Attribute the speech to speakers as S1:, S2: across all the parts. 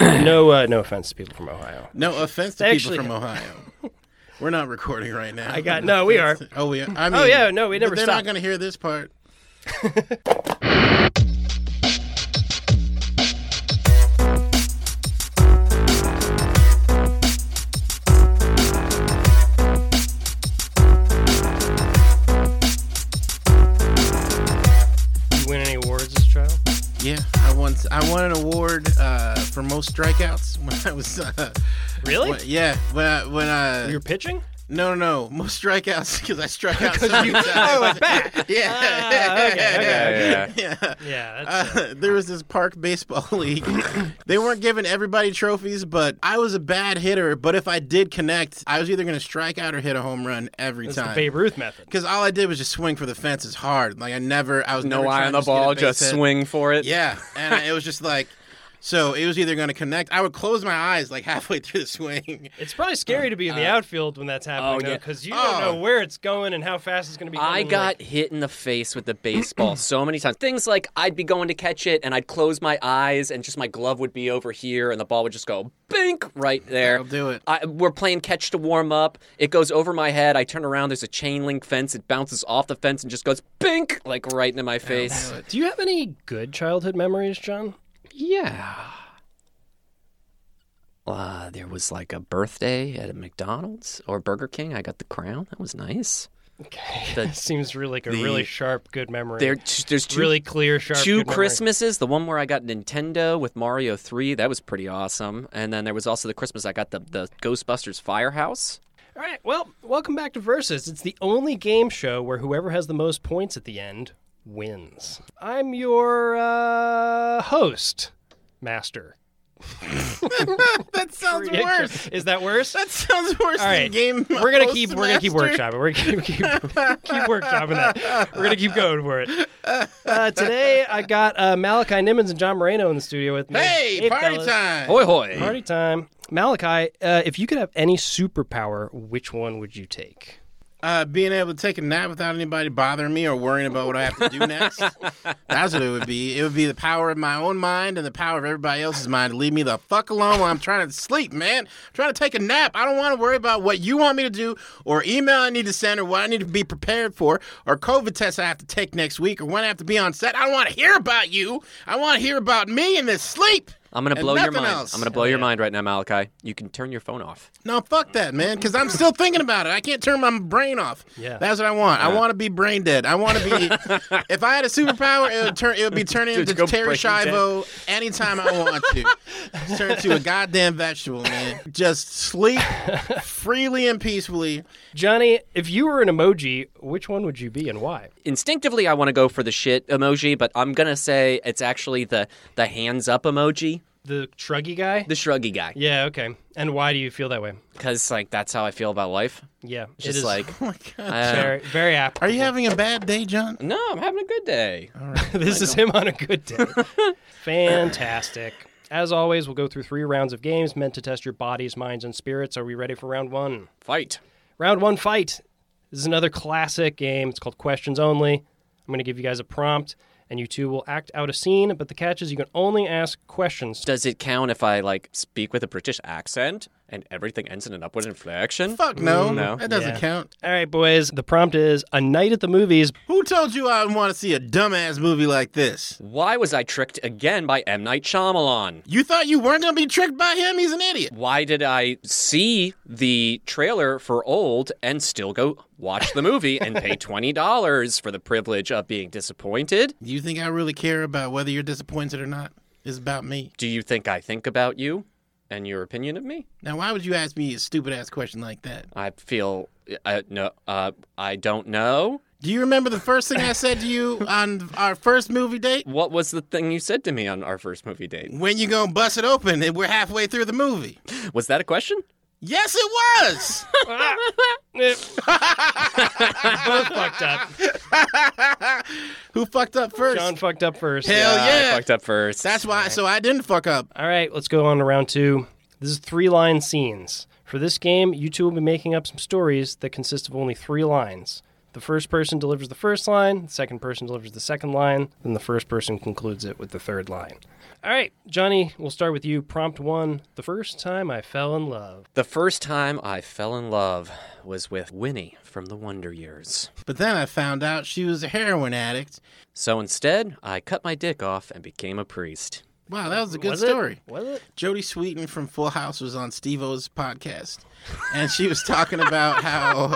S1: no, uh, no offense to people from Ohio.
S2: No offense to
S1: Actually-
S2: people from Ohio. We're not recording right now.
S1: I got- no, we are.
S2: Oh, we are. I mean,
S1: Oh, yeah, no, we never
S2: They're
S1: stop.
S2: not going to hear this part.
S1: You win any awards this trial?
S2: Yeah, I won. I won an award uh, for most strikeouts when I was. Uh,
S1: Really?
S2: when- yeah, when I when I
S1: You're pitching?
S2: no no most strikeouts because I struck out so
S1: oh,
S2: many times. Yeah.
S1: Ah, okay, okay.
S3: Yeah.
S2: yeah.
S1: Yeah, that's,
S2: Uh, there was this park baseball league. they weren't giving everybody trophies, but I was a bad hitter. But if I did connect, I was either going to strike out or hit a home run every
S1: that's the
S2: time.
S1: Babe Ruth method.
S2: Because all I did was just swing for the fences hard. Like I never, I was
S3: No
S2: never
S3: eye
S2: trying
S3: on the
S2: to get a
S3: ball,
S2: base
S3: just
S2: hit.
S3: swing for it.
S2: Yeah, and I, it was just like, so it was either going to connect. I would close my eyes like halfway through the swing.
S1: It's probably scary to be in the outfield when that's happening,
S3: oh,
S1: though,
S3: yeah.
S1: because you
S2: Oh.
S1: don't know where it's going and how fast it's going to be.
S3: I
S1: going,
S3: got
S1: like-
S3: hit in the face with the baseball so many times. Things like I'd be going to catch it and I'd close my eyes and just my glove would be over here and the ball would just go bink right there.
S2: I'll do it.
S3: I, we're playing catch to warm up. It goes over my head. I turn around. There's a chain link fence. It bounces off the fence and just goes bink like right into my face.
S1: Do you have any good childhood memories, John?
S3: Yeah. Uh, there was like a birthday at a McDonald's or Burger King. I got the crown. That was nice.
S1: Okay,
S3: The-
S1: that seems really like a really
S3: the-
S1: sharp good memory.
S3: There, there's two
S1: really clear, sharp.
S3: two
S1: good memory.
S3: Christmases. The one where I got Nintendo with Mario Three, that was pretty awesome. And then there was also the Christmas I got the the Ghostbusters Firehouse.
S1: All right. Well, welcome back to Versus. It's the only game show where whoever has the most points at the end wins. I'm your uh, host, Master.
S2: that sounds worse.
S1: Is that worse?
S2: That sounds worse
S1: All right.
S2: than game.
S1: We're gonna keep.
S2: host
S1: We're gonna keep workshopping.
S2: master.
S1: We're gonna keep keep, keep workshopping that. We're gonna keep going for it. Uh, today I got uh, Malachi Nimmons and John Moreno in the studio with me.
S2: Hey, party
S1: fellas.
S2: time!
S3: Hoy hoy!
S1: Party time. Malachi, uh, if you could have any superpower, which one would you take?
S2: Uh, being able to take a nap without anybody bothering me or worrying about what I have to do next. That's what it would be. It would be the power of my own mind and the power of everybody else's mind to leave me the fuck alone while I'm trying to sleep, man. I'm trying to take a nap. I don't want to worry about what you want me to do or email I need to send or what I need to be prepared for or COVID tests I have to take next week or when I have to be on set. I don't want to hear about you. I want to hear about me and this sleep.
S3: I'm gonna
S2: and
S3: blow your
S2: nothing
S3: mind.
S2: else.
S3: I'm gonna blow your mind right now, Malachi. You can turn your phone off.
S2: No, fuck that, man. Because I'm still thinking about it. I can't turn my brain off.
S1: Yeah.
S2: that's what I want. I want to be brain dead. I want to be. if I had a superpower, it would turn. It would be turning
S3: Dude,
S2: into
S3: go
S2: Terry
S3: brain dead.
S2: Schiavo anytime I want to. turn into a goddamn vegetable, man. Just sleep freely and peacefully.
S1: Johnny, if you were an emoji, which one would you be and why?
S3: Instinctively, I want to go for the shit emoji, but I'm gonna say it's actually the the hands up emoji,
S1: The shruggy guy?
S3: the shruggy guy,
S1: yeah, okay. And why do you feel that way?
S3: because like that's how I feel about life.
S1: Yeah, it
S3: Just
S1: is
S3: like
S2: Oh my god.
S3: uh,
S1: very, very apt.
S2: Are you having a bad day, John?
S3: no, I'm having a good day.
S1: this is him on a good day. Fantastic. As always, we'll go through three rounds of games meant to test your bodies, minds, and spirits. Are we ready for round one?
S3: Fight.
S1: Round one fight. This is another classic game. It's called Questions Only. I'm going to give you guys a prompt, and you two will act out a scene, but the catch is you can only ask questions.
S3: Does it count if I like speak with a British accent and everything ends in an upward inflection?
S2: Fuck no.
S3: Mm, no.
S2: That doesn't
S1: Yeah.
S2: count.
S1: All right, boys. The prompt is A Night at the Movies.
S2: Who told you I want to see a dumbass movie like this?
S3: Why was I tricked again by M. Night Shyamalan?
S2: You thought you weren't gonna be tricked by him? He's an idiot.
S3: Why did I see the trailer for Old and still go watch the movie and pay $20 for the privilege of being disappointed?
S2: Do you think I really care about whether you're disappointed or not? It's about me.
S3: Do you think I think about you and your opinion of me?
S2: Now, why would you ask me a stupid ass question like that?
S3: I feel uh, no uh, I don't know.
S2: Do you remember the first thing I said to you on our first movie date?
S3: What was the thing you said to me on our first movie date?
S2: When you gonna bust it open and we're halfway through the movie?
S3: Was that a question?
S2: Yes, it was.
S1: Eh. Both fucked up.
S2: Who fucked up first?
S1: John fucked up first.
S2: Hell
S3: Uh, I
S2: yeah!
S3: fucked up first.
S2: That's why. So I didn't fuck up.
S1: All right, let's go on to round two. This is three line scenes. For this game, you two will be making up some stories that consist of only three lines. The first person delivers the first line, the second person delivers the second line, then the first person concludes it with the third line. All right, Johnny, we'll start with you. Prompt one The first time I fell in love.
S3: The first time I fell in love was with Winnie from the Wonder Years.
S2: But then I found out she was a heroin addict.
S3: So instead, I cut my dick off and became a priest.
S2: Wow, that was a good
S1: was
S2: story.
S1: It? Was it?
S2: Jodie Sweetin from Full House was on Steve O's podcast, and she was talking about how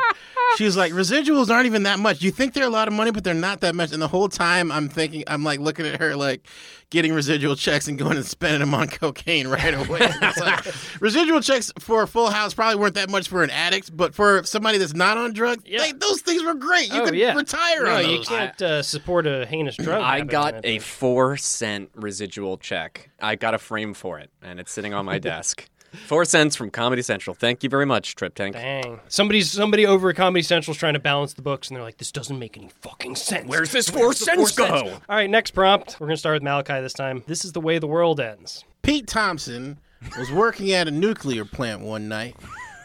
S2: she was like residuals aren't even that much. You think they're a lot of money, but they're not that much. And the whole time I'm thinking, I'm like looking at her like getting residual checks and going and spending them on cocaine right away. It's like, residual checks for a Full House probably weren't that much for an addict, but for somebody that's not on drugs,
S1: Yeah.
S2: they- those things were great. You
S1: Oh,
S2: could
S1: yeah.
S2: retire
S1: No,
S2: on
S1: you
S2: those.
S1: can't uh, support a heinous drug.
S3: I
S1: habit,
S3: got
S1: man.
S3: a four cent residual check. I got a frame for it, and it's sitting on my desk. Four cents from Comedy Central. Thank you very much, Trip Tank.
S1: Dang. Somebody's somebody over at Comedy Central's trying to balance the books, and they're like, "This doesn't make any fucking sense."
S3: Where's this four cents go?
S1: All right, next prompt. We're gonna start with Malachi this time. This is the way the world ends.
S2: Pete Thompson was working at a nuclear plant one night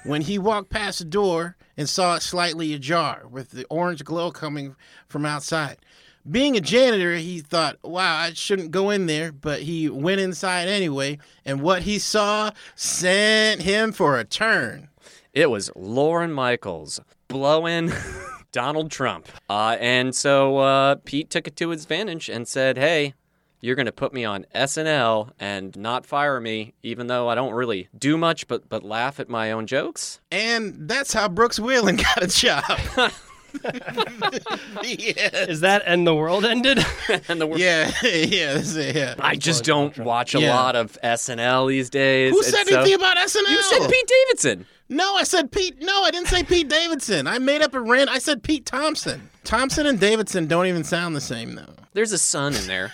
S2: when he walked past a door and saw it slightly ajar with the orange glow coming from outside. Being a janitor, he thought, wow, I shouldn't go in there, but he went inside anyway, and what he saw sent him for a turn.
S3: It was Lauren Michaels blowing Donald Trump. Uh, and so uh, Pete took it to his advantage and said, hey, you're going to put me on SNL and not fire me, even though I don't really do much but, but laugh at my own jokes.
S2: And that's how Brooks Wheeling got a job. yeah.
S1: Is that and the world ended?
S3: And the word,
S2: Yeah, yeah, that's it, yeah.
S3: I just don't watch a
S2: Yeah.
S3: lot of SNL these days.
S2: Who
S3: It's
S2: said
S3: so-
S2: anything about SNL?
S3: You said Pete Davidson.
S2: No, I said Pete. No, I didn't say Pete Davidson. I made up a rant. I said Pete Thompson. Thompson and Davidson don't even sound the same, though.
S3: There's a son in there.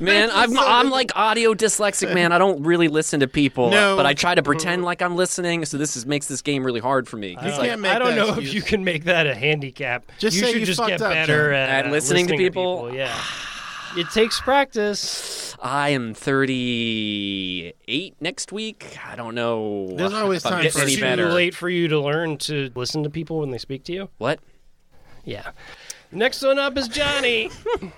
S3: man, I'm, I'm like audio dyslexic, man. I don't really listen to people,
S2: No.
S3: but I try to pretend like I'm listening. So this is, makes this game really hard for me.
S2: You
S1: Like,
S2: can't make
S1: I don't
S2: that
S1: know if
S2: excuse.
S1: you can make that a handicap.
S2: Just
S1: you
S2: say
S1: should
S2: you
S1: just
S2: fucked
S1: get
S2: up,
S1: better
S2: John.
S1: at,
S3: At
S1: uh,
S3: listening to people?
S1: Yeah, it takes practice.
S3: I am 38 next week. I don't know.
S2: There's always
S3: if I'm
S2: time
S3: getting
S2: for
S3: any
S1: It's too
S3: better.
S1: late for you to learn to listen to people when they speak to you.
S3: What?
S1: Yeah. Next one up is Johnny.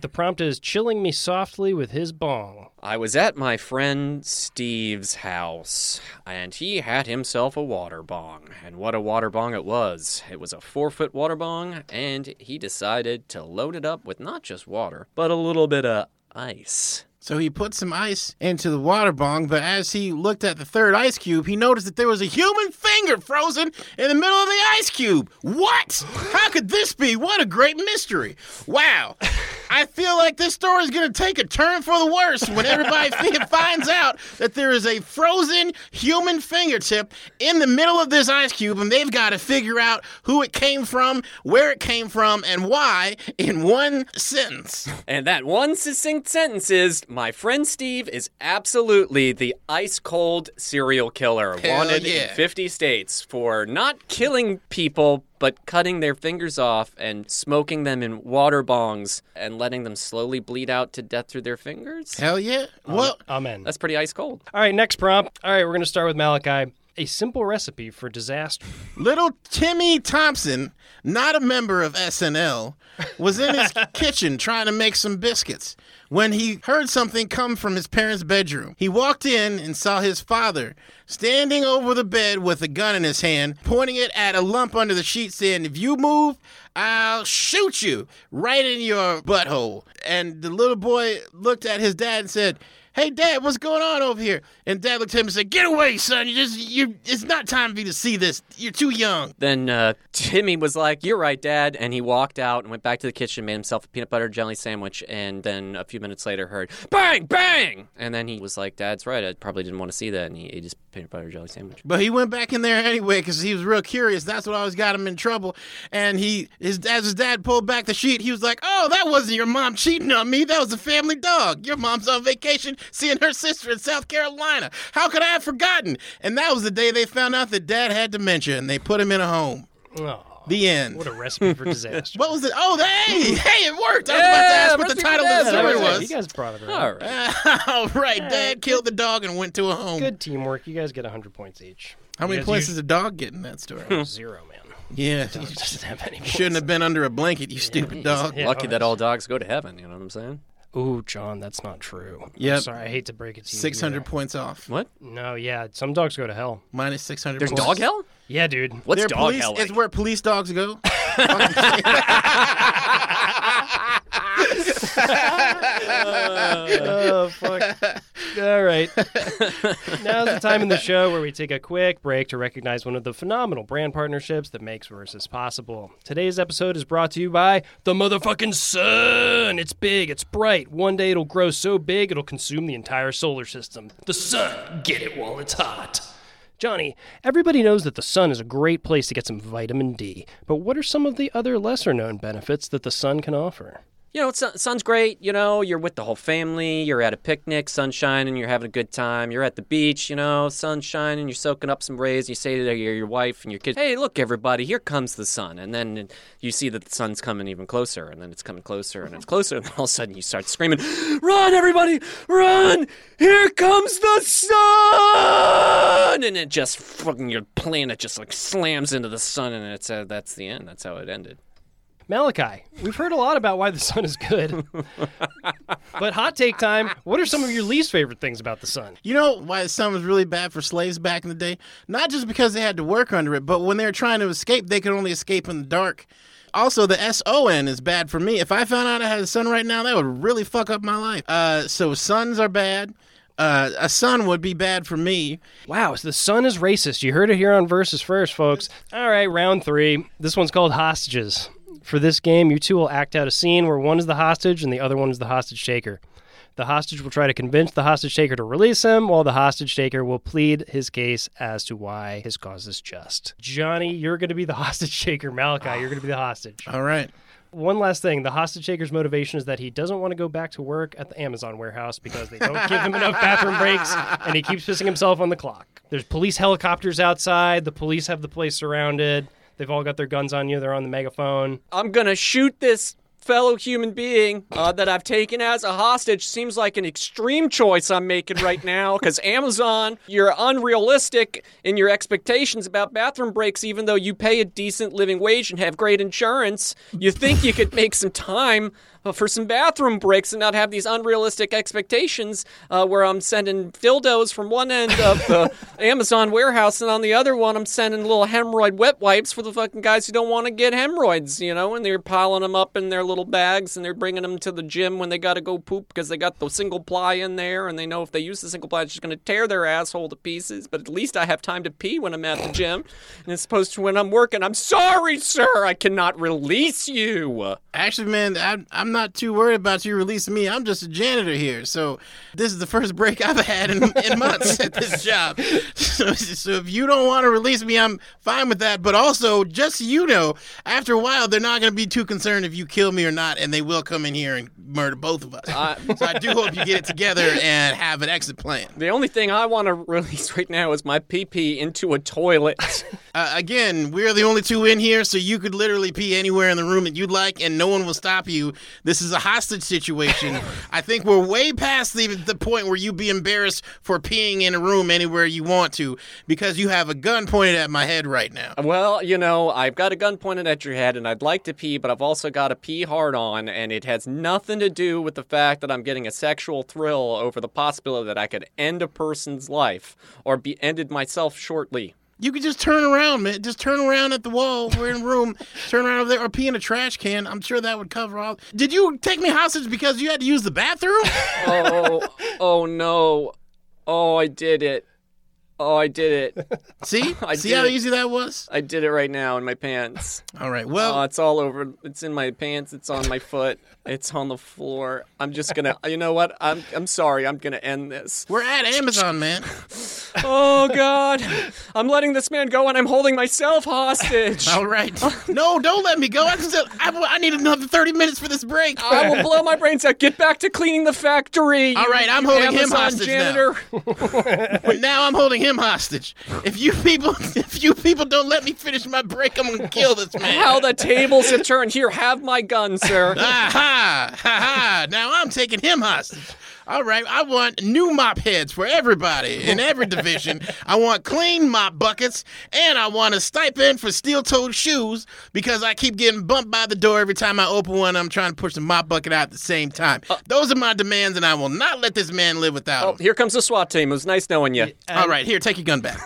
S1: the prompt is chilling me softly with his bong.
S3: I was at my friend Steve's house, and he had himself a water bong. And what a water bong it was! It was a four foot water bong, and he decided to load it up with not just water, but a little bit of ice.
S2: So he put some ice into the water bong, but as he looked at the third ice cube, he noticed that there was a human finger frozen in the middle of the ice cube. What? How could this be? What a great mystery. Wow. I feel like this story is going to take a turn for the worse when everybody fi- finds out that there is a frozen human fingertip in the middle of this ice cube, and they've got to figure out who it came from, where it came from, and why in one sentence.
S3: And that one succinct sentence is My friend Steve is absolutely the ice cold serial killer
S2: Hell
S3: wanted in
S2: yeah.
S3: 50 states for not killing people, but cutting their fingers off and smoking them in water bongs and letting them slowly bleed out to death through their fingers.
S2: Hell yeah. Well,
S1: Amen.
S3: That's pretty ice cold.
S1: All right, next prompt. All right, we're going to start with Malachi. A simple recipe for disaster.
S2: Little Timmy Thompson, not a member of SNL, was in his kitchen trying to make some biscuits when he heard something come from his parents' bedroom. He walked in and saw his father standing over the bed with a gun in his hand, pointing it at a lump under the sheet, saying, If you move, I'll shoot you right in your butthole. And the little boy looked at his dad and said, hey dad what's going on over here and dad looked at him and said get away son you just you it's not time for you to see this you're too young
S3: Then uh, Timmy was like, You're right, Dad. And he walked out and went back to the kitchen, made himself a peanut butter and jelly sandwich. And then a few minutes later, heard bang, bang. And then he was like, Dad's right. I probably didn't want to see that. And he ate his peanut butter and jelly sandwich.
S2: but he went back in there anyway because he was real curious that's what always got him in trouble and he his as his dad pulled back the sheet he was like oh that wasn't your mom cheating on me that was a family dog your mom's on vacation seeing her sister in south carolina how could i have forgotten and that was the day they found out that dad had dementia and they put him in a home
S1: Oh,
S2: the end
S1: what a recipe for disaster.
S2: what was it? Oh, hey, hey, it worked. I was about to
S3: Yeah,
S2: ask what the
S3: recipe for
S2: title of
S3: that.
S2: the
S3: That
S2: story
S3: was it.
S2: was.
S1: You guys brought it around.
S3: All right.
S2: All right, Dad killed the dog and went to a home.
S1: Good teamwork. You guys get 100 points each.
S2: How many
S1: Because
S2: points
S1: you-
S2: does a dog get in that story?
S1: Zero, man.
S2: yeah. You
S1: It doesn't have any. Points.
S2: shouldn't have been under a blanket, you stupid dog.
S1: Yeah,
S3: Lucky
S1: oh,
S3: that all dogs go to heaven. You know what I'm saying?
S1: Ooh, John, that's not true. I'm
S2: Yep.
S1: Sorry, I hate to break it to you.
S2: 600 points off.
S3: What?
S1: either. No, yeah, some dogs go to hell.
S2: Minus 600
S3: There's
S2: points.
S3: dog hell?
S1: Yeah, dude.
S3: What's
S2: They're
S3: dog
S2: police,
S3: hell? like?
S2: It's where police dogs go.
S1: oh fuck! All right. Now's the time in the show where we take a quick break to recognize one of the phenomenal brand partnerships that makes Versus possible. Today's episode is brought to you by the motherfucking sun. It's big. It's bright. One day it'll grow so big it'll consume the entire solar system. The sun. Get it while it's hot. Johnny, everybody knows that the sun is a great place to get some vitamin D, but what are some of the other lesser known benefits that the sun can offer?
S3: you know, sun, sun's great. You know, you're with the whole family. You're at a picnic, sunshine, and you're having a good time. You're at the beach, you know, sunshine, and you're soaking up some rays. And you say to your, your wife and your kids, "Hey, look, everybody, here comes the sun." And then you see that the sun's coming even closer, and then it's coming closer, and it's closer, and all of a sudden you start screaming, "Run, everybody, run! Here comes the sun!" And it just fucking your planet just like slams into the sun, and it's uh, that's the end. That's how it ended.
S1: Malachi, we've heard a lot about why the sun is good. but hot take time, what are some of your least favorite things about the sun?
S2: You know why the sun was really bad for slaves back in the day? Not just because they had to work under it, but when they were trying to escape, they could only escape in the dark. Also, the SON is bad for me. If I found out I had a son right now, that would really fuck up my life. Uh, so, sons are bad. Uh, a son would be bad for me.
S1: Wow, so the sun is racist. You heard it here on Versus First, folks. All right, round three. This one's called Hostages. For this game, you two will act out a scene where one is the hostage and the other one is the hostage taker. The hostage will try to convince the hostage taker to release him, while the hostage taker will plead his case as to why his cause is just. Johnny, you're going to be the hostage taker. Malachi, you're going to be the hostage.
S2: All right.
S1: One last thing. The hostage taker's motivation is that he doesn't want to go back to work at the Amazon warehouse because they don't give him enough bathroom breaks and he keeps pissing himself on the clock. There's police helicopters outside. The police have the place surrounded. They've all got their guns on you. They're on the megaphone.
S3: I'm gonna shoot this fellow human being uh, that I've taken as a hostage. Seems like an extreme choice I'm making right now because Amazon, you're unrealistic in your expectations about bathroom breaks, even though you pay a decent living wage and have great insurance. You think you could make some time. uh, For some bathroom breaks and not have these unrealistic expectations, uh, where I'm sending dildos from one end of the Amazon warehouse and on the other one I'm sending little hemorrhoid wet wipes for the fucking guys who don't want to get hemorrhoids, you know, and they're piling them up in their little bags and they're bringing them to the gym when they got to go poop because they got the single ply in there and they know if they use the single ply it's just going to tear their asshole to pieces, but at least I have time to pee when I'm at the gym and as opposed to when I'm working. I'm sorry, sir, I cannot release you.
S2: Actually, man, I'm, I'm not too worried about you releasing me. I'm just a janitor here. So, this is the first break I've had in, in months at this job. So, so, if you don't want to release me, I'm fine with that. But also, just so you know, after a while, they're not going to be too concerned if you kill me or not, and they will come in here and murder both of us. so, I do hope you get it together and have an exit plan.
S3: The only thing I want to release right now is my pee pee into a toilet.
S2: Uh, again, we're the only two in here, so you could literally pee anywhere in the room that you'd like, and no one will stop you. This is a hostage situation. I think we're way past the, the point where you'd be embarrassed for peeing in a room anywhere you want to because you have a gun pointed at my head right now.
S3: Well, you know, I've got a gun pointed at your head and I'd like to pee, but I've also got to pee hard on, and it has nothing to do with the fact that I'm getting a sexual thrill over the possibility that I could end a person's life or be ended myself shortly.
S2: You could just turn around, man. Just turn around at the wall. We're in a room. turn around over there or pee in a trash can. I'm sure that would cover all. Did you take me hostage because you had to use the bathroom?
S3: Oh, oh no. Oh, I did it. Oh, I did it.
S2: See?
S3: I
S2: See
S3: did.
S2: how easy that was?
S3: I did it right now in my pants.
S2: All right. Well,
S3: Oh, it's all over. It's in my pants. It's on my foot. It's on the floor. I'm just gonna. You know what? I'm. I'm sorry. I'm gonna end this.
S2: we're at Amazon, man.
S3: Oh God! I'm letting this man go, and I'm holding myself hostage.
S2: All right. no, don't let me go. I still, I, I need another 30 minutes for this break.
S3: I will blow my brains out. Get back to cleaning the factory.
S2: All
S3: you
S2: right, I'm holding him
S3: Amazon
S2: hostage now.
S3: janitor.
S2: But now I'm holding him hostage. If you people, if you people don't let me finish my break, I'm gonna kill this man.
S3: How the tables have turned. Here, have my gun, sir.
S2: Ah ha ha ha! Now I'm taking him hostage. All right, I want new mop heads for everybody in every division. I want clean mop buckets, and I want a stipend for steel toed shoes because I keep getting bumped by the door every time I open one. I'm trying to push the mop bucket out at the same time. Those are my demands, and I will not let this man live without
S3: Oh,
S2: them.
S3: here comes the SWAT team. It was nice knowing you.
S2: All right, here, take your gun back.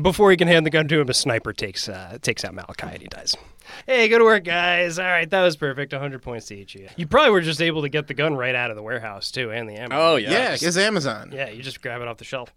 S1: Before he can hand the gun to him, a sniper takes uh, takes out Malachi and he dies. Hey, good work, guys. All right, that was perfect. 100 points to each of you. You probably were just able to get the gun right out of the warehouse, too, and the ammo.
S3: Oh
S2: yeah, it's Amazon.
S1: Yeah, you just grab it off the shelf.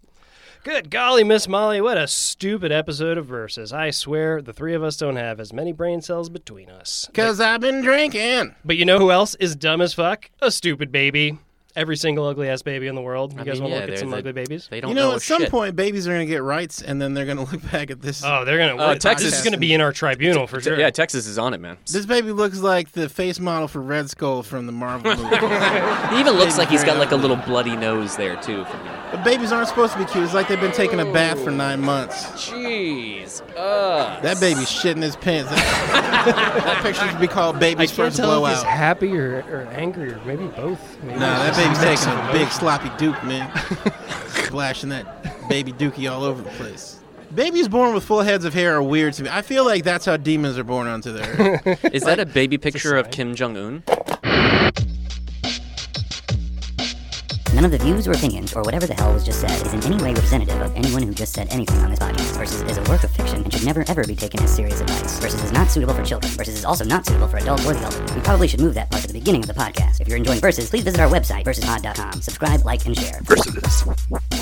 S1: Good golly, Miss Molly, what a stupid episode of Versus. I swear the three of us don't have as many brain cells between us.
S2: Because I've been drinking.
S1: But you know who else is dumb as fuck? A stupid baby. Every single ugly ass baby in the world. You guys
S3: mean,
S1: want to
S3: yeah,
S1: look at
S3: they're
S1: some
S3: the-
S1: ugly babies?
S3: They don't
S2: You know,
S3: a
S2: at some
S3: shit.
S2: point, babies are going to get rights, and then they're going to look back at this.
S1: Oh, they're gonna.
S3: Oh,
S1: what-
S3: Texas-
S1: this is gonna be in our tribunal for sure.
S3: Yeah, Texas is on it, man.
S2: This baby looks like the face model for Red Skull from the Marvel movie.
S3: He even looks like he's got like a little bloody nose there too. From you.
S2: but babies aren't supposed to be cute. It's like they've been taking a bath for nine months.
S3: Jeez. Uh.
S2: That baby's shitting his pants. that picture should be called Baby's First Blowout. Nah,
S1: happy or, or angry or maybe both. Maybe
S2: that baby's taking a big sloppy duke, man. Splashing that baby dookie all over the place. Babies born with full heads of hair are weird to me. I feel like that's how demons are born onto the earth.
S3: Is that a baby picture of Kim Jong Un?
S4: None of the views or opinions, or whatever the hell was just said, is in any way representative of anyone who just said anything on this podcast. Versus is a work of fiction and should never ever be taken as serious advice. Versus is not suitable for children. Versus is also not suitable for adults or the elderly. We probably should move that part to the beginning of the podcast. If you're enjoying Versus, please visit our website, versuspod.com. Subscribe, like, and share.